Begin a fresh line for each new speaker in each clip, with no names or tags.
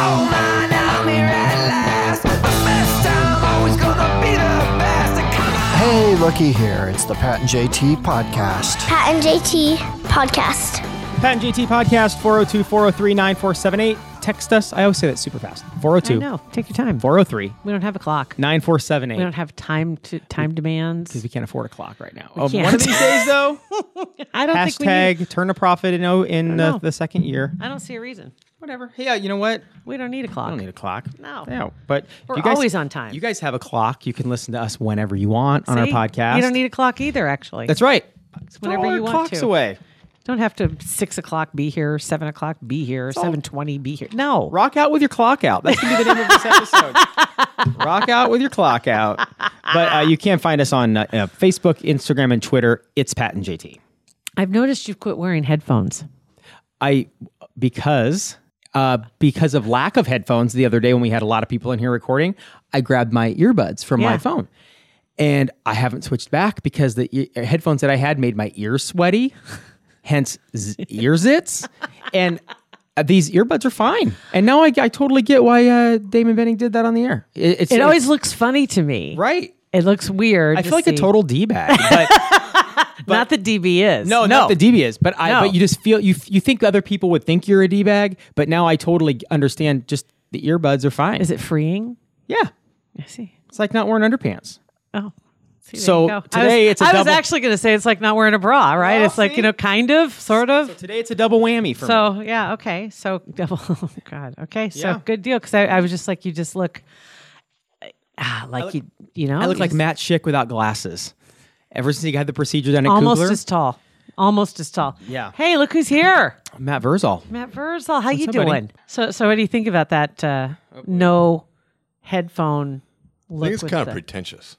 Oh man, I'm here at last. The best time, always gonna be the best. And come on.
Hey, looky here. It's the Pat and JT podcast.
Pat and JT podcast.
Pat and GT Podcast, 402 403 9478. Text us. I always say that super fast. 402
No, take your time.
403
We don't have a clock. We don't
9478.
have time to time demands.
Because we can't afford a clock right now. Um,
can't.
one of these days, though,
I don't think we need,
hashtag turn a profit in, oh, in uh,
know.
the second year.
I don't see a reason.
Whatever. Yeah, you know what?
We don't need a clock.
I don't need a clock.
No.
No. But if
We're
you guys,
always on time.
You guys have a clock. You can listen to us whenever you want on our
See?
podcast.
You don't need a clock either, actually.
That's right.
whenever
Throw
you
our
want
clocks
to.
away.
Don't have to six o'clock be here, seven o'clock be here, seven twenty be here. No.
Rock out with your clock out. That's gonna be the name of this episode. Rock out with your clock out. But uh, you can find us on uh, uh, Facebook, Instagram, and Twitter. It's Pat and JT.
I've noticed you've quit wearing headphones.
I because uh, because of lack of headphones the other day when we had a lot of people in here recording, I grabbed my earbuds from my
Yeah.
phone, and I haven't switched back because the e- headphones that I had made my ears sweaty, hence z- ear zits, and. uh, These earbuds are fine, and now I, I totally get why uh, Damon Benning did that on the air. It, it's,
It
it's-
always looks funny to me.
right.
It looks weird.
I
to
feel like a
see.
total d bag, but
not that DB is.
No, not the DB is, but I.
No.
But you just feel you. You think other people would think you're a d bag, but now I totally understand. Just the earbuds are fine.
Is it freeing?
Yeah,
I see.
it's like not wearing underpants.
Oh. See, there
So
you go. I
today
was,
it's a
I
double-
was actually going to say it's like not wearing a bra, right?
Well,
it's like,
see?
you know, kind of, sort of.
So today it's a double whammy for me.
So yeah, okay. So double. Oh God. Okay. So
Yeah.
good deal. Because I, I was just like, you just look, ah, like you, you know,
I look
you
like
just-
Matt Schick without glasses. Ever since he had the procedure done at
almost
Kugler,
as tall, almost as tall.
Yeah.
Hey, look who's here,
Matt Verzal.
Matt Verzal. How you
up,
doing?
buddy? Oh,
So, so what do you think about that? Uh, no headphone look.
I think it's
with
kind
the-
of pretentious.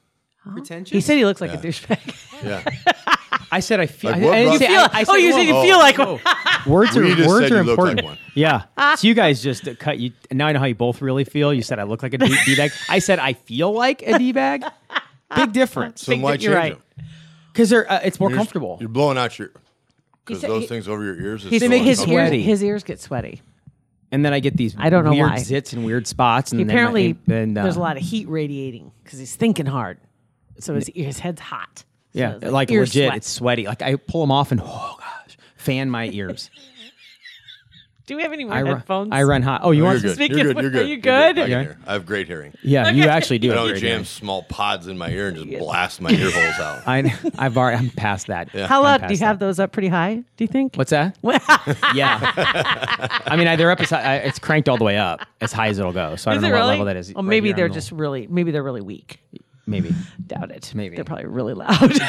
Pretentious.
he said he looks like a douchebag.
Yeah.
I said I feel.
Like,
I,
what
I didn't
brought-
say- I- I
oh, you
whoa.
said you
whoa.
feel like one.
Oh. Words are
We just
words
said
are
you look like
important.
one.
Yeah. So you guys just uh, cut you. Now I know how you both really feel. You said I look like a d bag. I said I feel like a d bag. Big difference
So why
that
change
you're right.
them?
because they're uh, it's more
You're-
comfortable.
You're blowing out your because
said
those
he-
things over your ears. Is
He
so
said his
uncomfortable.
ears,
sweaty.
his ears get sweaty.
and then I get these.
I don't know
weird
why.
zits and weird spots. And
He
then my-
apparently
and, uh,
there's a lot of heat radiating because he's thinking hard, so his his head's hot. So
Yeah,
it's
like
ear
legit.
sweat.
It's sweaty. Like I pull them off and oh gosh, fan my ears.
Do we have any more
I run.
headphones?
I run hot. Oh, you
You're
want?
good.
Some,
You're
speaking
good.
of-
You're good.
are you
You're
good?
I, can
Yeah.
hear. I have great hearing.
yeah, you actually do.
I
have
don't
great
jam
hearing.
small pods in my ear and just blast my ear holes out.
I know. I've already. I'm past that.
How
I'm
loud? Do you
past
have
that.
those up pretty high? Do you think?
What's that? yeah. I mean, I- they're up. As high, I- it's cranked all the way up as high as it'll go. So I
Is
don't
it
know
really?
what level that is.
Well,
Right
maybe
here on
they're
the-
just really. Maybe they're really weak.
maybe.
Doubt it.
Maybe.
they're probably really loud.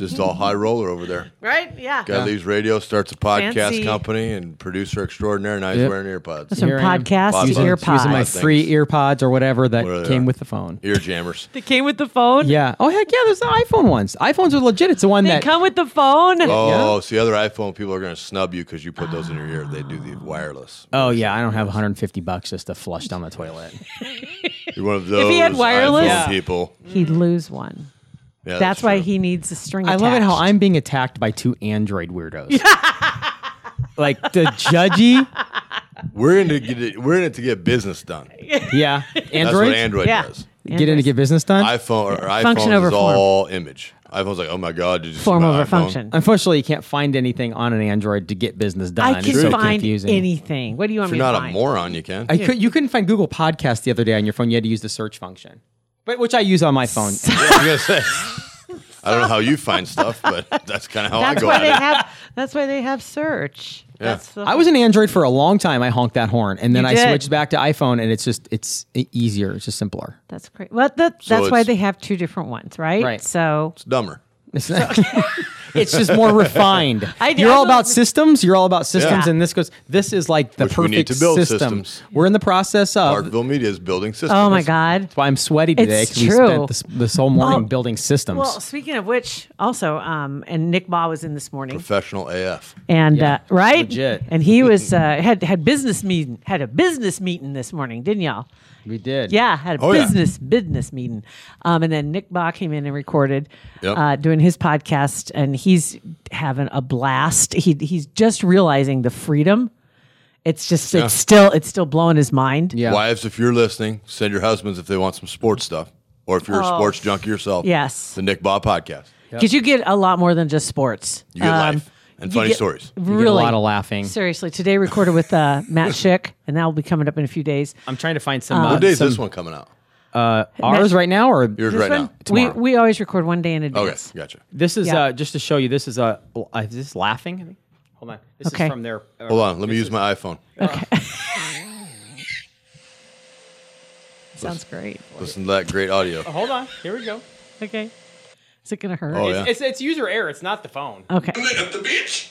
Just all high roller over there.
right? Yeah.
Guy leaves radio, starts a podcast
Fancy.
company, and producer extraordinaire, and I was
Yep.
wearing ear pods.
Some
Here I am.
podcasts,
Using-
ear
using
Using my
pods.
things.
free ear pods or whatever that
What are they?
came with the phone.
Ear jammers.
They came with the phone.
Yeah. Oh heck yeah! There's the iPhone ones. iPhones are legit. It's the one
They
that
come with the phone.
Oh, see, other iPhone people are going to snub you because you put those in your ear. They do the wireless.
Oh yeah, I don't have 150 bucks just to flush down the toilet.
You're one of those
he had wireless-
iPhone
Yeah.
people.
He'd lose one.
Yeah,
That's, why
true.
he needs a string.
I love it how
attached.
I'm being attacked by two Android weirdos. like the judgy,
We're in to get it, we're in it to get business done.
yeah,
That's what
Android.
Android
Yeah.
does.
Get in to get business done.
iPhone or
Function
iPhone
over
is
form.
all image. iPhone's like, oh my god, did you see
form
my
over
iPhone?
function.
Unfortunately, you can't find anything on an Android to get business done.
I
It's
can
so
find
confusing.
anything. What do you want
If
me
you're
to
not a
find?
moron, you can.
I could, you couldn't find Google Podcast the other day on your phone. You had to use the search function, but which I use on my phone.
I was gonna say. I don't know how you find stuff, but that's kind of how I
That's
go
why
at
they
it.
have. That's why they have search. That's the
I was an Android for a long time. I honked that horn, and then
You
I
did.
switched back to iPhone, and it's just it's e, easier. It's just simpler.
That's great. Well, that,
So
that's why
it's-
they have two different ones, right?
Right.
So
It's dumber.
It's not- It's just more refined.
I-
you're
I
all
love-
about systems. You're all about systems,
Yeah.
and this goes. This is like the
Which we
perfect
need to build
system.
systems.
We're in the process of.
Artville Media is building systems.
Oh my God.
That's why I'm sweaty today
It's
because we
true.
spent this, this whole morning building systems.
Well, speaking of which, also, um, and Nick Ma was in this morning,
Professional AF.
and
Yeah,
uh, right,
legit.
and he was uh, had had business meeting, had a business meeting this morning, didn't y'all?
we did.
Yeah, had a
Oh, yeah.
business business meeting, um, and then Nick Ba came in and recorded,
Yep.
uh, doing his podcast, and he's having a blast. He he's just realizing the freedom. It's just it's still it's still blowing his mind.
Yeah.
Wives, if you're listening, send your husbands if they want some sports stuff, or if you're a sports junkie yourself.
Oh, Yes.
the Nick Bob podcast.
because you get a lot more than just sports.
You get
Um,
life and
you
funny
get- uh,
stories.
We
Really,
did a lot of laughing.
Seriously, today recorded with uh, Matt Schick, and that will be coming up in a few days.
I'm trying to find some.
um,
uh,
What day is
some
this one coming out?
Ours right now, or
Yours right now.
We,
Tomorrow.
we always record one day in
Okay,
advance.
gotcha.
This is
Yeah.
uh, just to show you. This is a. Uh, uh, is this laughing? I think. Hold on. This
Okay.
is from their. Uh,
Hold on, let me use my iPhone.
Sounds great.
Listen to that great audio.
Hold on. Here we go.
Okay. Is it going to hurt?
Oh yeah.
It's, it's it's user error. It's not the phone.
Oh.
Okay.
Coming up the beach.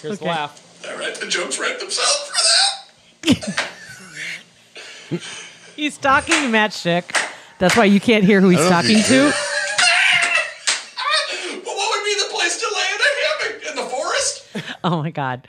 Here's the
okay.
laugh.
All right, the jokes write themselves for that.
He's talking to Matt Schick. That's why you can't hear who he's
I don't know
talking
if you
to.
But what would be the place to lay in a hammock in the forest?
Oh my God.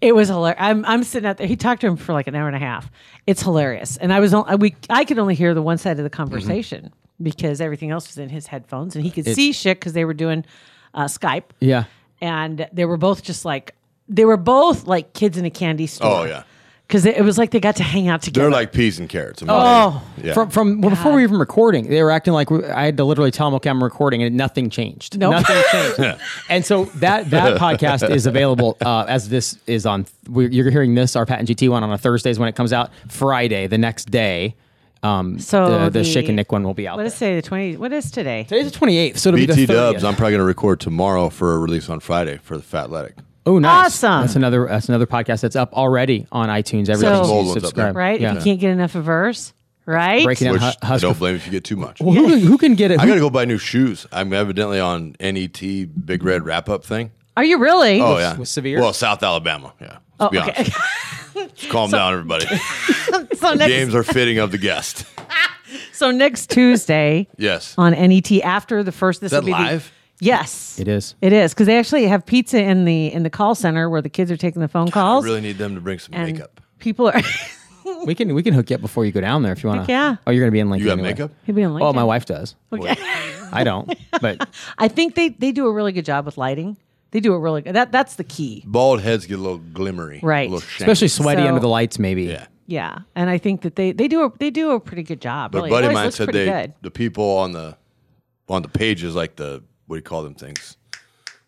It was hilarious. I'm, I'm sitting out there. He talked to him for like an hour and a half. It's hilarious. And I was on, we I could only hear the one side of the conversation because everything else was in his headphones and he could see Schick because they were doing uh, Skype.
Yeah.
And they were both just like, they were both like kids in a candy store.
Oh yeah.
Because it, it was like they got to hang out together.
They're like peas and carrots. in my
Oh.
opinion. yeah.
From from well, before we were even recording, they were acting like we, I had to literally tell them, "Okay, I'm recording," and nothing changed.
Nope.
Nothing changed. and so that that podcast is available uh, as this is on. we you're hearing this our Pat and GT one on a Thursdays when it comes out. Friday the next day, um,
So
the, the,
the-
Shake and Nick one will be out.
What
there.
is today? The twenty. What is today?
Today's the 28th, so it'll be
BT
the 30th.
Dubs. I'm probably going to record tomorrow for a release on Friday for the Fatletic.
Oh, nice!
Awesome.
That's another that's another podcast that's up already on iTunes. Everybody's
So-
Old
so,
ones up
subscribe,
there.
Right.
Yeah.
If you can't get enough of verse, right?
Breaking down
Which
hu-
I
Husker.
don't blame if you get too much.
Well, who, can, who can get it?
I
Who-
got to go buy new shoes. I'm evidently on NET Big Red wrap up thing.
Are you really?
Oh yeah,
was severe?
Well, South Alabama. Yeah. Let's be
okay.
honest. Let's calm down, everybody.
so next,
Games are fitting of the guest.
so next Tuesday
Yes.
on NET after the first. This
that
will be the-
live?
yes,
it is.
It is because they actually have pizza in the in the call center where the kids are taking the phone
I
calls.
really need them to bring some
and
makeup.
People are.
We can we can hook you up before you go down there if you want to.
yeah.
Oh, you're gonna be in Lincoln.
You got
anyway.
makeup?
He'll be on
Oh, my
LinkedIn.
wife does. I don't, but
I think they they do a really good job with lighting. They do a really good. That that's the key.
Bald heads get a little glimmery,
Right.
A little shiny.
especially sweaty
So-
under the lights, maybe.
yeah.
Yeah, and I think that they they do a they do a pretty good job.
But
really. It
buddy of
always
mine
looks
said
pretty
they
good.
the people on the on the pages like the what do you call them things,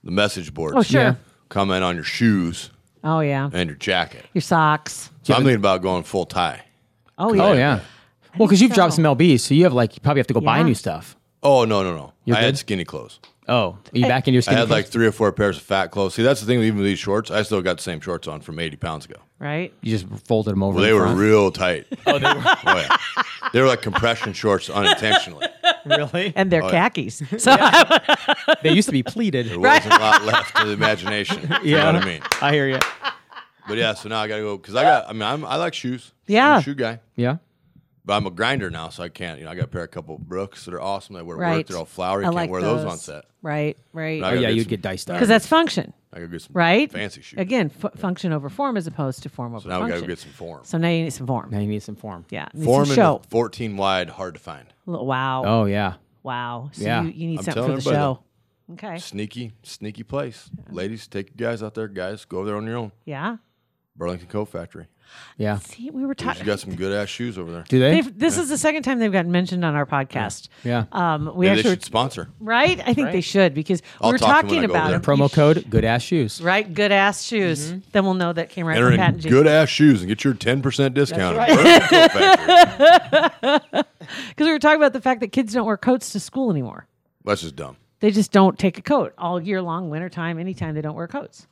the message boards.
Oh sure.
Yeah.
Comment on your shoes
Oh yeah.
and your jacket.
Your socks.
So I'm thinking about going full tie.
Oh yeah.
Oh yeah. Well, because you've dropped
so.
some LBs, so you have like you probably have to go buy
Yeah.
new stuff.
Oh no no no! I
good?
had skinny clothes.
Oh, are you back in your
I
skin?
had like three or four pairs of fat clothes. See, that's the thing. Even with these shorts, I still got the same shorts on from 80 pounds ago.
Right.
you just folded them over.
Well, they
the
were
front.
real tight. Oh, they were. yeah. They were like compression shorts unintentionally.
really.
And
Oh,
they're khakis. So
they used to be pleated.
There wasn't a lot left to the imagination. You know what I mean?
I hear you.
But yeah, so now I gotta go because I got. I mean, I'm, I like shoes.
Yeah.
I'm a shoe guy.
Yeah.
But I'm a grinder now, so I can't. You know, I got a pair, a couple Brooks that are awesome. They wear to
right.
work. They're all flowery.
I
can't
like
wear those. on set.
Right.
But I
Oh
Right.
gotta
yeah, you'd
some-
get diced up.
Because that's function.
I gotta get some
Right.
fancy shoes.
Again, f- function over form as opposed to form over
So now we
function.
gotta get some form.
So now you need some form.
Now you need some form.
Yeah. Need
form
some
and
show.
14 wide, hard to find.
L- Wow.
Oh yeah.
Wow. So
Yeah.
you, you need
I'm
something for
telling
the show.
everybody
Okay.
Sneaky, sneaky place. Ladies, take your guys out there. Guys, go there on your own.
Yeah.
Burlington Coat Factory.
Yeah.
See, we were
You
talking.
got some good ass shoes over there.
Do they?
They've, this is the second time they've gotten mentioned on our podcast.
Yeah.
Um, we
Maybe they
actually,
should sponsor.
right? I think they should because we
I'll
were
talk to them
talking
when I go over
about
there.
it.
Promo code good ass shoes.
Right, good ass shoes. Then we'll know that came right
Enter
from Pat
in
and G.
good ass shoes and get your 10% discount. at Burlington Coat Factory.
Because we were talking about the fact that kids don't wear coats to school anymore.
That's just dumb.
They just don't take a coat all year long, wintertime, anytime they don't wear coats.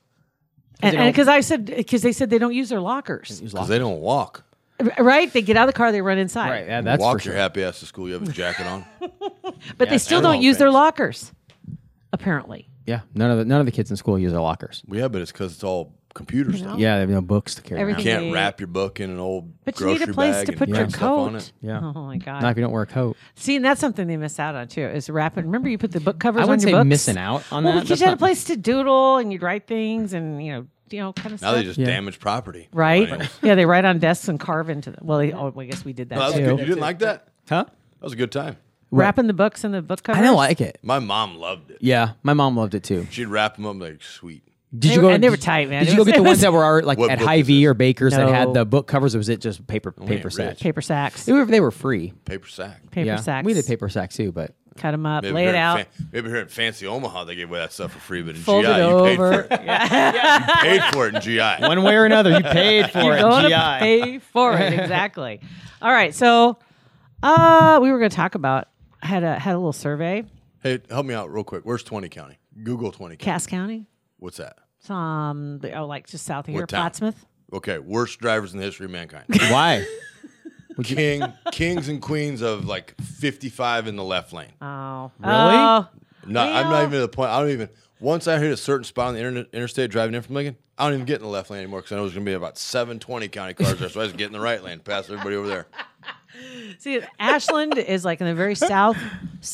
they
And
don't-
because I said, because they said they don't use their lockers,
Because they don't walk.
R- right? They get out of the car, they run inside,
Right. Yeah, that's
walk
for sure.
your happy ass to school. You have a jacket on.
but they still don't
all
use their
things.
lockers. Apparently,
Yeah, none of the none of the kids in school use their lockers.
Well, yeah, but it's because it's all computer stuff.
Yeah, they have no books to carry.
You
Everything-
Around.
can't
They-
wrap your book in an old
But you
grocery
need a place
bag
to
and
put your
stuff on
coat.
it.
Yeah,
Oh my god.
not if you don't wear a coat.
See, and that's something they miss out on too. Is wrapping. Remember, you put the book covers
I
on
wouldn't
your
say
books.
missing out on
well,
that.
because
That's
you had a
not-
place to doodle and you'd write things and you know, you know, kind of
Now
stuff.
they just damage property.
right.
Millennials.
yeah, they write on desks and carve into them. Well, they, oh, I guess we did that.
No, that was
too.
good. You didn't like that?
Huh?
That was a good time.
Wrapping the books in the book covers.
I don't like it.
My mom loved it.
Yeah, my mom loved it too.
She'd wrap them up like sweet.
Did
They
you go?
were- and they were
did-
tight, man.
Did
It
you go
was-
get
it
the
was-
ones that were already, like
What
at
book is
High V or Baker's that
No.
had the book covers? Or was it just paper paper sacks?
rich.
paper sacks.
They were, they were free.
Paper sack.
Paper
yeah,
sacks.
we did paper sacks too, but
Cut them up.
Maybe
lay
here
it
in
out.
Fan- maybe here in fancy Omaha they gave away that stuff for free, but in
Fold
GI
it
you paid for
over.
it. You paid for it in GI.
one way or another, you paid for
You're
it.
going
GI.
to pay for it. Exactly. All right. So, uh, we were going to talk about had a had a little survey.
Hey, help me out real quick. Where's Twenty County? Google Twenty County.
Cass County.
What's that?
It's um, the, oh, like just south of here,
What town?
Plattsmouth.
Okay, worst drivers in the history of mankind.
Why?
King, kings and queens of like fifty-five in the left lane.
Oh,
Really?
Oh,
No, I'm not
Well-
even at the point. I don't even. Once I hit a certain spot on the internet, interstate driving in from Lincoln, I don't even get in the left lane anymore because I know there's going to be about 720 county cars there. So I just get in the right lane, pass everybody over there.
see, Ashland is like in the very south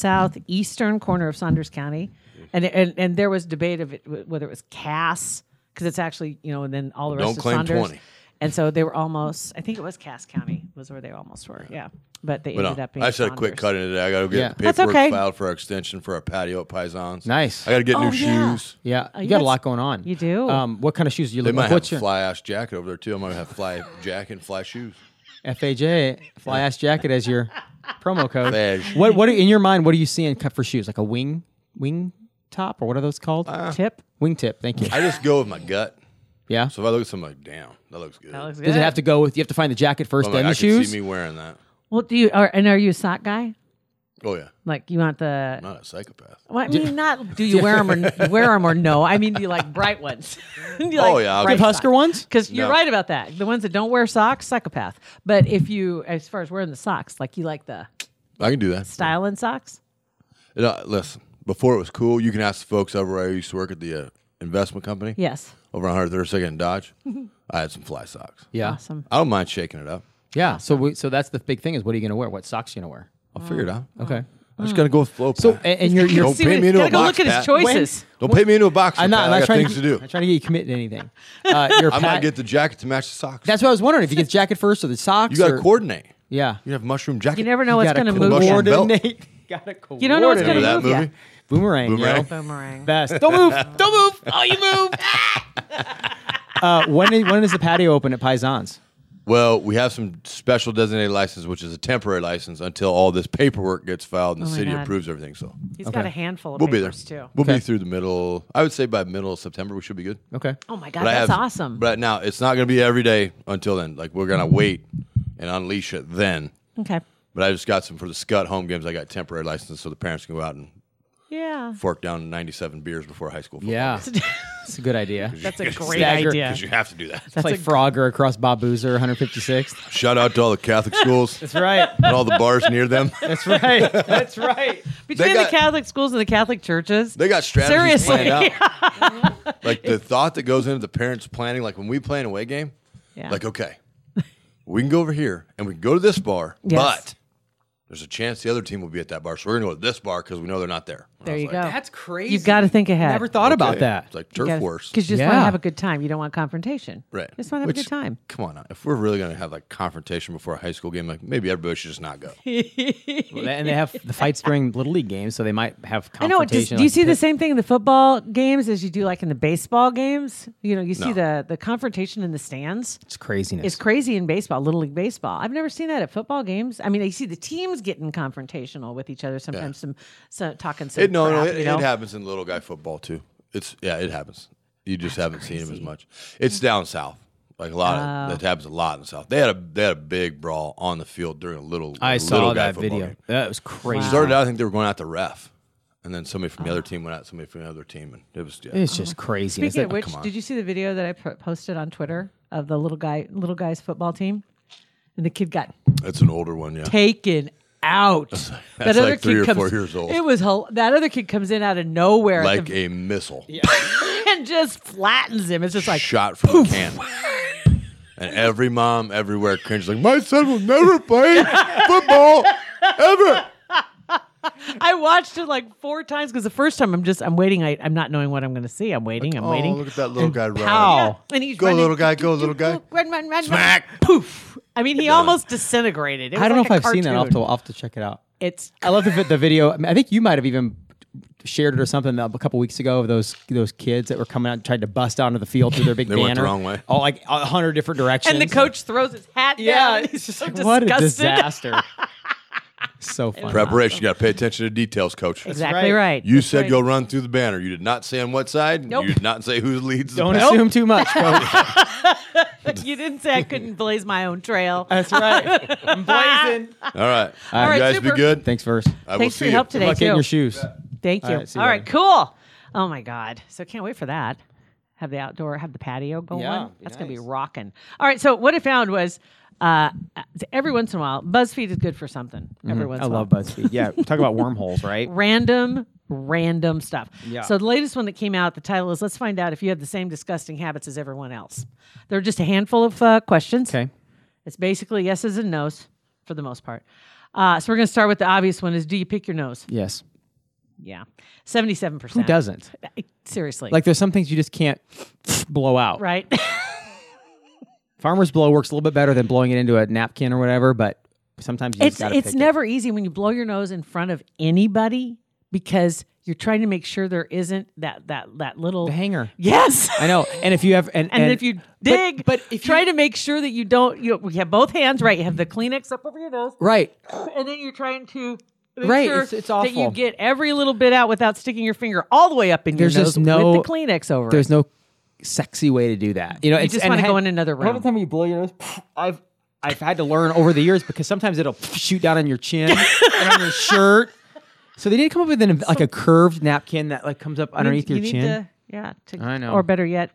southeastern corner of Saunders County, and and and there was debate of it, wh- whether it was Cass because it's actually you know, and then all the rest
Don't
of
claim
Saunders.
20.
And so they were almost. I think it was Cass County was where they almost were. Yeah, but they
But
ended
no,
up being.
I just had a quick
Saunders.
cut in today. I got to get
Yeah.
the
That's
paperwork
okay.
filed for our extension for our patio at Pisons.
Nice.
I got to get
Oh,
new
yeah.
shoes.
Yeah, you
Oh, you
got a
got
lot
s-
going on.
you do.
Um, what kind of shoes do you
They
look?
might
Like,
have
what's
a
your
fly ass jacket over there too. I might have fly jacket and fly shoes.
FAJ fly ass jacket as your promo code?
Faj.
What what are- in your mind? What are you seeing cut for shoes? Like a wing wing top or what are those called?
Uh,
Tip.
wing tip. Thank you.
I just go with my gut.
Yeah.
So if I look at something like, damn, that looks good.
That looks good.
Does it have to go with? You have to find the jacket first,
I'm like,
then
I
the
could
shoes.
see me wearing that.
Well, do you are and are you a sock guy?
Oh yeah,
Like you want the?
I'm not a psychopath.
Well, I mean, not do you wear them or wear 'em or no? I mean, do you like bright ones? Do you
Oh,
like
yeah, I'll
Red
get-
Husker ones.
Because you're
No.
right about that. The ones that don't wear socks, psychopath. But if you, as far as wearing the socks, like you like the
I can do that.
style in socks.
You know, uh, listen, before it was cool, you can ask the folks over where I used to work at the uh, investment company
Yes,
over on 132nd and Dodge. I had some fly socks.
Yeah.
awesome.
I don't mind shaking it up.
Yeah. So we, so that's the big thing is what are you going to wear? What socks are you going to wear?
I'll figure it
Oh.
out.
Okay.
I'm just going to go with flow.
So
Pat.
and, and you're you're
Don't
See
pay
what-
me into
Hmm. gotta
a
go
box,
look at his
Pat.
choices.
don't pay me into a box.
I'm not. I'm
Pat. I
not
got
trying
things
to,
to do.
I'm trying to get you committed to anything. Uh, your
I might
pat-
get the jacket to match the socks.
That's what I was wondering. If you get the jacket first or the socks.
you got
or-
to coordinate.
Yeah.
You have mushroom jacket.
You never know what's
gotta
going to move
combust-
you.
coordinate. gotta
You don't know what's going
coordinate.
to
Remember that
move you.
movie?
Boomerang. yo.
Boomerang.
Boomerang.
Best. Don't move. Don't move. Oh, you move. uh, when is when is the patio open at Paisans?
Well, we have some special designated license, which is a temporary license until all this paperwork gets filed and the
Oh my
city
God.
approves everything. So
He's got a handful of
we'll be there.
papers too.
We'll
Okay.
be through the middle. I would say by middle of September, we should be good.
Okay.
Oh my god,
But I
that's
have-
awesome. Mm-hmm.
But now it's not going to be every day until then. Like we're going to wait and unleash it then.
okay.
But I just got some for the Scott home games. I got temporary license so the parents can go out and
Yeah,
fork down 97 beers before high school. Football.
Yeah. It's a good idea.
that's a great
Stagger.
idea.
because you have to do that.
Play Frogger across Bob Boozer, 156th.
Shout out to all the Catholic schools
That's right.
and all the bars near them.
That's right. That's right.
Between
got-
the Catholic schools and the Catholic churches,
They got strategies
Seriously.
planned out. like the thought that goes into the parents planning, like when we play an away game,
Yeah.
like okay, we can go over here and we can go to this bar,
Yes.
but there's a chance the other team will be at that bar, so we're gonna go to this bar because we know they're not there. And I
there
was
you
like,
go.
That's crazy.
You've got to think ahead.
Never thought about that.
It's like turf wars,
Because you just want
Yeah.
to have a good time. You don't want confrontation.
right?
You just want to have a
Which,
good time.
Come on, now. if we're really gonna have like confrontation before a high school game, like maybe everybody should just not go.
and they have the fights during Little League games, so they might have
I know. Just,
confrontation.
do you
like
see the
pit-
same thing in the football games as you do like in the baseball games? You know, you see
No.
the the confrontation in the stands.
It's craziness.
It's crazy in baseball, little league baseball. I've never seen that at football games. I mean, I see the teams getting confrontational with each other sometimes. Some, some talking some
It, no, no,
crap,
it,
you know?
it happens in little guy football too. It's yeah, it happens. You just haven't seen him as much. It's down south, like a lot
Oh.
of that happens a lot in the south. They had a they had a big brawl on the field during a little.
I
little
saw
guy
that
football
video.
game.
That was crazy.
Started out, I think they were going out the ref, and then somebody from the
Oh.
other team went out. Somebody from the other team, and it was yeah.
It's just crazy.
Speaking of which, did you see the video that I po- posted on Twitter of the little guy, little guy's football team, and the kid got
It's an older one, yeah.
taken out.
That's like three or four years old.
It was hel- that other kid comes in out of nowhere at
like
the-
a missile
and just flattens him. It's just like
shot from a can. And every mom everywhere cringes like, my son will never play football
Oh,
ever.
I watched it like four times because the first time I'm just I'm waiting. I, I'm not knowing what I'm going to see. I'm waiting. I'm
oh,
waiting.
look at that little guy running.
Pow! And he's
Go,
running.
little guy, go, little guy.
Run, run, run,
Smack.
run. Poof! I mean, he almost disintegrated. It
I
was
don't know
like
if
a
I've seen that. I'll have, to,
cartoon.
I'll have to check it out.
It's
I love the, vi- the video. I, mean, I think you might have even shared it or something a couple weeks ago of those those kids that were coming out and tried to bust onto the field through their big
They
banner.
went the wrong way.
All like a hundred different directions.
and the coach throws his hat. down.
Yeah,
and
it's
he's
just
so
like, what a
disgusted.
disaster. so funny.
Preparation. You got to pay attention to details, coach.
Exactly
right.
right.
You
That's
said
right.
go run through the banner. You did not say on what side.
Nope.
You did not say who leads the
Don't
pack.
assume too much, coach.
You didn't say I couldn't blaze my own trail.
That's right. I'm blazing.
All right.
All
you
right,
guys
super.
be good.
Thanks, verse.
I will
Thanks for
see
your
you.
help today
Luck in
too.
your shoes.
Thank
All
you.
right, see you
All right,
later.
cool. Oh my God. So can't wait for that. Have the outdoor, have the patio going.
Yeah, be
That's gonna be
nice.
rocking. All right. So what I found was uh, every once in a while, BuzzFeed is good for something. Every once
Mm-hmm. I
in a
love
while.
BuzzFeed. Yeah, talk about wormholes, right?
Random, random stuff.
Yeah.
So the latest one that came out, the title is Let's Find Out If You Have the Same Disgusting Habits as Everyone Else. There are just a handful of uh, questions.
Okay.
It's basically yeses and nos for the most part. Uh, so we're gonna start with the obvious one is do you pick your nose?
Yes.
Yeah. Seventy seven
Who
percent.
doesn't?
Seriously.
Like, there's some things you just can't blow out.
right?
Farmer's blow works a little bit better than blowing it into a napkin or whatever, but sometimes you
it's
just gotta
it's
pick it.
never easy when you blow your nose in front of anybody because you're trying to make sure there isn't that that that little
the hanger.
Yes.
I know. And if you have, and,
And, if you dig,
but if
try
you-
to make sure that you don't, you we have both hands right. You have the Kleenex up over your nose,
right,
and then you're trying to make
Right,
sure
it's- it's
that you
awful.
get every little bit out without sticking your finger all the way up in
There's
your nose
just no-
with the Kleenex over.
there's
it.
no sexy way to do that. You know,
You
it's
just
and
wanna
had-
go in another
Every
round.
time you blow your nose, I've I've had to learn over the years because sometimes it'll shoot down on your chin and on your shirt. So they need to come up with an, like a curved napkin that like comes up underneath
you
your
need
chin
To, yeah, to,
I know.
Or better yet,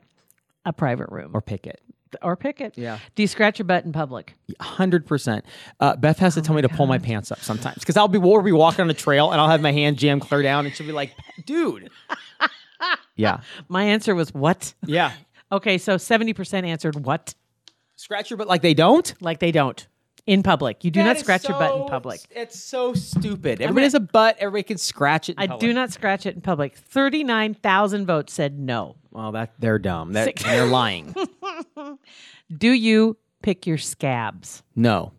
a private room
or pick it.
or pick it.
Yeah.
Do you scratch your butt in public?
Hundred percent. Uh, Beth
Oh
has to tell me to pull my pants up sometimes because I'll be we'll be walking on a trail and I'll have my hand jammed clear down and she'll be like, "Dude." yeah.
My answer was what?
Yeah.
Okay, so 70% answered what?
Scratch your butt like they don't.
Like they don't in public. You do
That
not
is
scratch your butt in
so-
public.
It's so stupid. Everybody has a butt. Everybody can scratch it. in
I
public.
do not scratch it in public. 39,000 votes said no.
Well, that they're dumb. That,
Sick.
they're lying.
Do you pick your scabs?
No,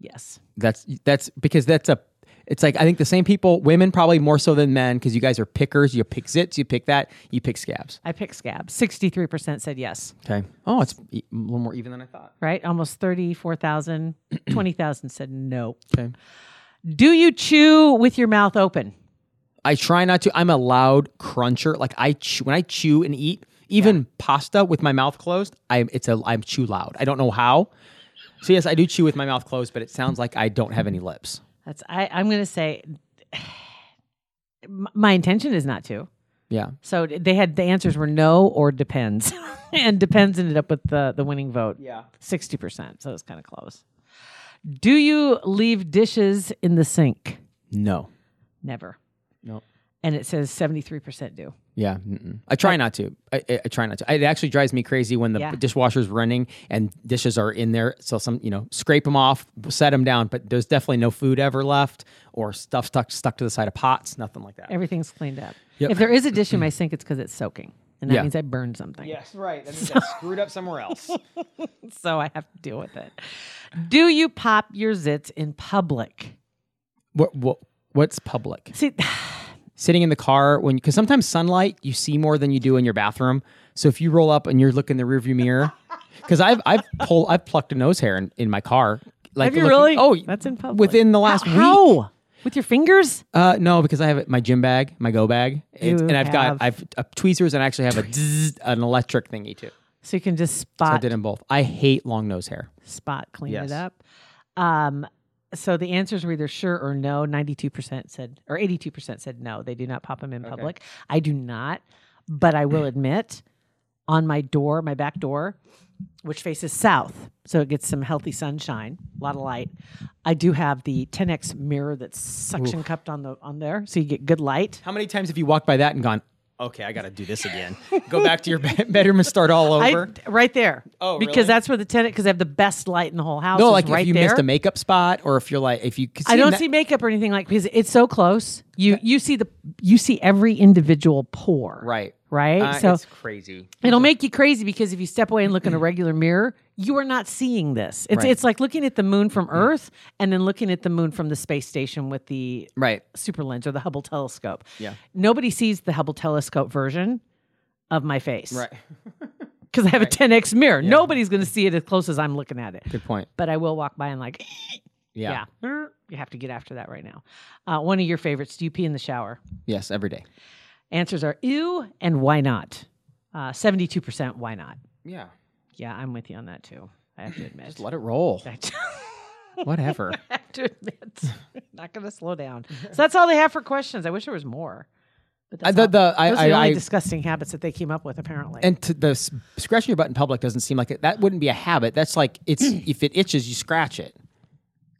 Yes.
that's that's because that's a. It's like I think the same people, women probably more so than men, because you guys are pickers. You pick zits. You pick that. You pick scabs.
I pick scabs. 63% said yes,
Okay. Oh, it's e- a little more even than I thought.
right? Almost 34,000, 20,000 said no.
Okay.
Do you chew with your mouth open?
I try not to. I'm a loud cruncher. Like I chew, when I chew and eat, even pasta with my mouth closed. I it's a I'm chew loud. I don't know how. So yes, I do chew with my mouth closed, but it sounds like I don't have any lips.
That's I I'm going to say m- my intention is not to.
Yeah.
So they had the answers were no or depends, and depends ended up with the the winning vote. Yeah, sixty percent. So it was kind of close. Do you leave dishes in the sink?
No.
Never.
Nope.
And it says seventy three percent do.
Yeah, mm-mm. I try not to. I, I, I try not to. It actually drives me crazy when the
Yeah.
dishwasher's running and dishes are in there. So some, you know, scrape them off, set them down, but there's definitely no food ever left or stuff stuck stuck to the side of pots, nothing like that.
Everything's cleaned up. If there is a dish in my sink, it's because it's soaking, and that
Yeah.
means I burned something.
Yes, right. That means I screwed up somewhere else.
So I have to deal with it. do you pop your zits in public?
What, what what's public?
See,
Sitting in the car when because sometimes sunlight you see more than you do in your bathroom. So if you roll up and you're looking in the rearview mirror, because I've I've pulled I've plucked a nose hair in, in my car. Like
have you
looking-
really?
Oh,
that's in public.
within the
How-
last week.
How? With your fingers?
Uh, no, because I have it- my gym bag, my go bag, It's-
You
and I've
have-
got I've uh, tweezers and I actually have a zzz, an electric thingy too.
So you can just
I
spot
did them both. I hate long nose hair.
spot, clean
Yes.
it up. Um, so the answers were either sure or no. Ninety-two percent said, or eighty-two percent said no. They do not pop them in public. I do not, but I will admit, on my door, my back door, which faces south, so it gets some healthy sunshine, a lot of light. I do have the 10x mirror that's suction cupped on the on there, so you get good light.
How many times have you walked by that and gone, okay, I got to do this again? Go back to your be- bedroom and start all
I-
over?
right there.
Oh,
because
really?
that's where the tenant because I have the best light in the whole house.
no,
is
like
right
if you
there.
missed a makeup spot or if you're like, if you. 'cause
I don't
that-
see makeup or anything like because it's so close. You you see the you see every individual pore.
Right.
Right.
Uh,
so
it's crazy.
it'll make you crazy because if you step away and look in a regular mirror, you are not seeing this. It's
Right. Mm.
it's like looking at the moon from Earth and then looking at the moon from the space station with the
Right.
super lens or the Hubble telescope.
Yeah.
Nobody sees the Hubble telescope version of my face.
Right.
Because I have a 10x mirror. Nobody's going to see it as close as I'm looking at it.
Good point.
But I will walk by and like,
Yeah.
yeah. You have to get after that right now. Uh, one of your favorites. Do you pee in the shower?
Yes, every day.
Answers are ew and why not. Uh, 72% why not.
Yeah.
Yeah, I'm with you on that too. I have to admit.
Just let it roll.
I
Whatever.
have to admit. Not going to slow down. So that's all they have for questions. I wish there was more. But
I-
that's
the-
all-
the- I-
those are the
I-
only
I-
disgusting habits that they came up with, apparently.
And to the s- scratching your butt in public doesn't seem like it. That wouldn't be a habit. That's like it's if it itches, you scratch it.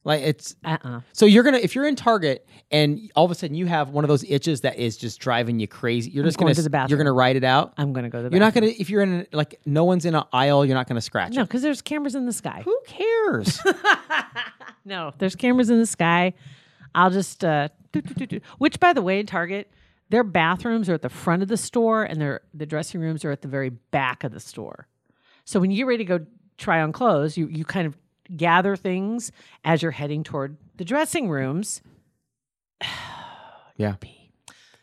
Like it's
uh-uh.
so you're gonna if you're in Target and all of a sudden you have one of those itches that is just driving you crazy. You're just
going
gonna
to the
s-
bathroom.
you're gonna ride it out.
I'm going to go to the
You're not
bathroom.
gonna if you're in like no one's in an aisle. You're not gonna scratch
No,
it.
because there's cameras in the sky.
Who cares?
No, there's cameras in the sky. I'll just uh, do, do, do, do. which, by the way, Target their bathrooms are at the front of the store, and their the dressing rooms are at the very back of the store. So when you're ready to go try on clothes, you you kind of gather things as you're heading toward the dressing rooms.
yeah,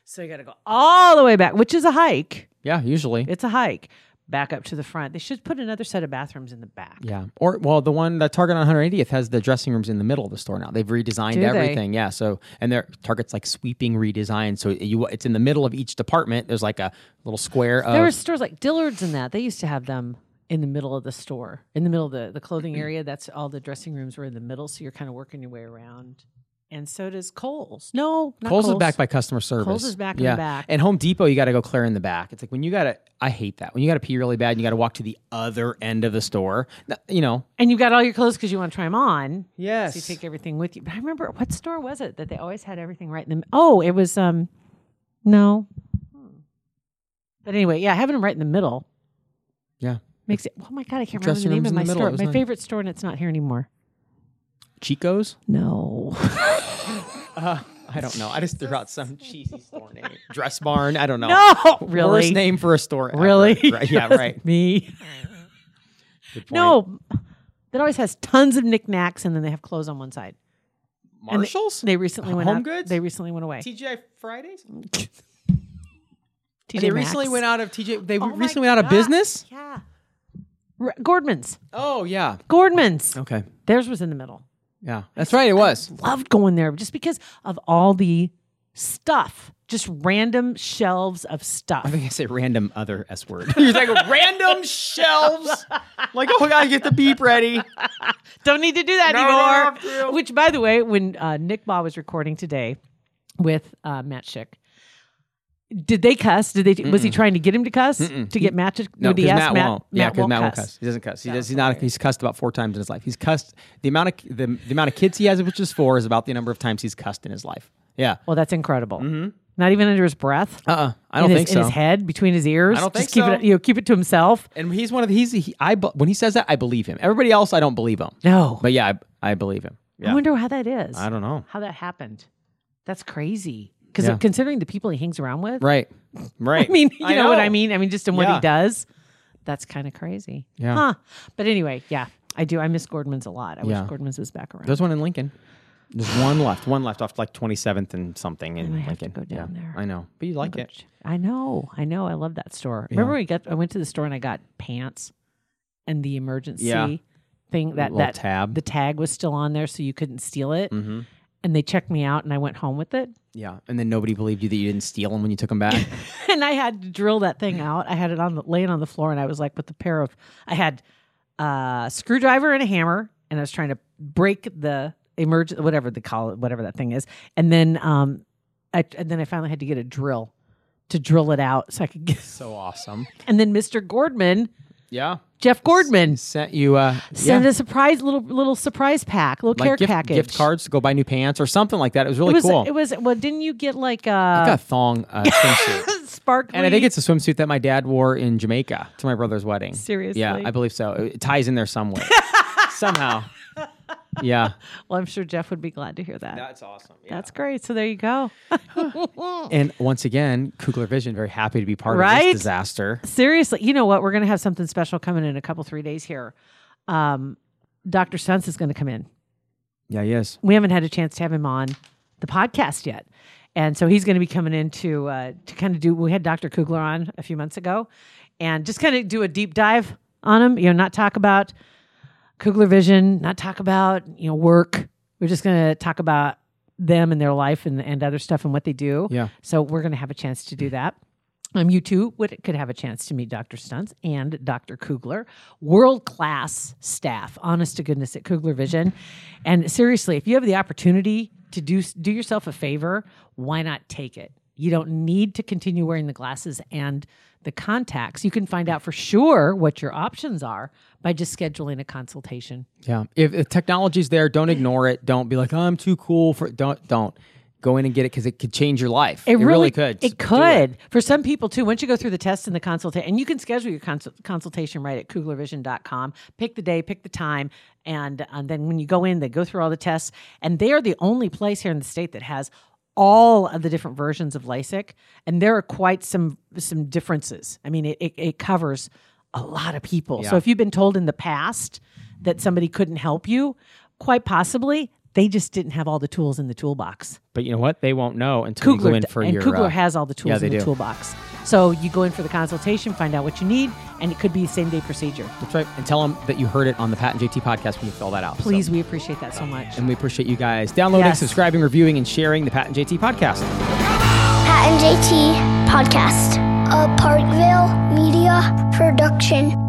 So you got to go all the way back, which is a hike.
yeah. Usually,
It's a hike back up to the front. They should put another set of bathrooms in the back.
yeah. Or well, the one that Target on 180th has the dressing rooms in the middle of the store now. They've redesigned
Do they?
everything. Yeah. So and their Target's like sweeping redesign. So you it's in the middle of each department. There's like a little square of
There were stores like Dillard's and that. They used to have them in the middle of the store, in the middle of the, the clothing area. That's all the dressing rooms were in the middle. So you're kind of working your way around. And so does Kohl's. No, not
Kohl's is back by customer service.
is back in the back.
And Home Depot, you got to go clear in the back. It's like when you got to, I hate that. When you got to pee really bad and you got to walk to the other end of the store, Th- you know.
And you've got all your clothes because you want to try them on.
Yes.
So you take everything with you. But I remember, what store was it that they always had everything right in the Oh, it was, um, no. But anyway, yeah, having them right in the middle
yeah.
makes it, oh my God, I can't remember the
Dressing
name
rooms
of
in
my
the middle,
store.
it was
My
nice.
favorite store, and it's not here anymore.
Chico's?
No.
I don't know. I just threw out some cheesy store name. Dress Barn? I don't know.
No, really.
Worst name for a store. ever.
Really?
Right. Yeah,
Trust
right.
Me.
Good point.
No. That always has tons of knickknacks, and then they have clothes on one side. And they-
Marshall's?
They, recently went
Home
out-
Goods?
They recently went away.
TGI Fridays?
TJ
they recently
Maxx.
went out of TJ. They
Oh my
recently went out of
God.
business?
Yeah. R- Gordman's.
Oh, yeah.
Gordman's.
Okay.
Theirs was in the middle.
Yeah. That's right. It was.
Loved going there just because of all the stuff, just random shelves of stuff.
I think I say random other S word. You're like random shelves. Like, oh, I gotta get the beep ready.
Don't need to do that
don't
anymore. Which, by the way, when uh, Nick Baugh was recording today with uh, Matt Schick, did they cuss? Did they? Was he trying to get him to cuss to get Matt to?
No,
would he
because
ask
Matt, won't. yeah,
Matt
because Matt won't
cuss.
cuss. He doesn't cuss. He does. He's not. He's cussed about four times in his life. He's cussed. The amount of the, the amount of kids he has, which is four, is about the number of times he's cussed in his life. Yeah.
Well, that's incredible. Not even under his breath.
Uh. uh Mm-hmm. I don't
in
think
his,
so.
In his head, between his ears.
I don't
Just
think
keep
so.
it. You know, keep it to himself.
And he's one of the. He's. He, I. be- When he says that, I believe him. Everybody else, I don't believe him.
No.
But yeah, I, I believe him. Yeah.
I wonder how that is.
I don't know.
how that happened. That's crazy. Because
Yeah.
considering the people he hangs around with,
Right. Right.
I mean, you know. what I mean? I mean, just in what
Yeah.
he does, that's kind of crazy.
Yeah.
Huh. But anyway, yeah, I do. I miss Gordman's a lot. I
Yeah.
wish Gordman's was back around.
There's one in Lincoln. There's one left. One left off like 27th and something in
I have to
Lincoln.
go down
yeah,
there.
I know, but you like it.
I know. I know. I love that store. Remember when we got? I went to the store and I got pants, and the emergency
Yeah.
thing that
Little
that
tab. Mm.
the tag was still on there, so you couldn't steal it.
Mm-hmm.
And they checked me out, and I went home with it.
Yeah, and then nobody believed you that you didn't steal them when you took them back.
and I had to drill that thing
Mm.
out. I had it on the laying on the floor, and I was like with the pair of I had a screwdriver and a hammer, and I was trying to break the emerge whatever they call it, whatever that thing is, and then um, I and then I finally had to get a drill to drill it out so I could get.
so awesome.
And then Mr. Gordman
Yeah.
Jeff Gordman.
Sent you uh
Send
yeah,
a surprise little little surprise pack, little care
like gift,
package.
gift cards to go buy new pants or something like that. It was really
it was
cool.
it was well, didn't you get like
I
a
got a thong uh, swimsuit.
sparkly
And I think it's a swimsuit that my dad wore in Jamaica to my brother's wedding. Yeah,
Seriously?
I believe so. It ties in there somewhere. Somehow. Yeah.
Well, I'm sure Jeff would be glad to hear that.
awesome.
That's great. So there you go.
And once again, Kugler Vision, very happy to be part of
Oh. Right?
this disaster.
Seriously, you know what? We're going to have something special coming in a couple three days here. Um, Dr. Sense is going to come in.
Yeah, yes.
we haven't had a chance to have him on the podcast yet. And so he's going to be coming in to uh, to kind of do. We had Dr. Kugler on a few months ago, and just kind of do a deep dive on him. You know, not talk about Kugler Vision, not talk about you know work. We're just going to talk about them and their life and and other stuff and what they do.
Yeah.
So we're going to have a chance to do that. Um, you too would could have a chance to meet Dr. Stunts and Dr. Kugler, world class staff, honest to goodness at Kugler Vision. And seriously, if you have the opportunity to do do yourself a favor, why not take it? You don't need to continue wearing the glasses and the contacts. You can find out for sure what your options are by just scheduling a consultation.
Yeah. If, if technology's there, don't ignore it. Don't be like, oh, I'm too cool for it. Don't, don't. Go in and get it because it could change your life. It, could. So
It
do
could. For some people, too, once you go through the test and the consultation, and you can schedule your consul- consultation right at kuglervision.com. Pick the day, pick the time. And, and then when you go in, they go through all the tests. And they are the only place here in the state that has all of the different versions of LASIK. And there are quite some some differences. I mean, it, it, it covers a lot of people. So if you've been told in the past that somebody couldn't help you, quite possibly they just didn't have all the tools in the toolbox.
But you know what? They won't know until you go
Kugler
in
d-
for
and
your.
Kugler
uh,
has all the tools
yeah, they
in the
do.
toolbox. So you go in for the consultation, find out what you need, and it could be a same day procedure.
That's right. And tell them that you heard it on the Pat and JT podcast when you fill that out. So-
Please, we appreciate that so much.
And we appreciate you guys downloading,
Yes.
subscribing, reviewing, and sharing the Pat and JT podcast.
Pat and JT Podcast, a Parkville media production.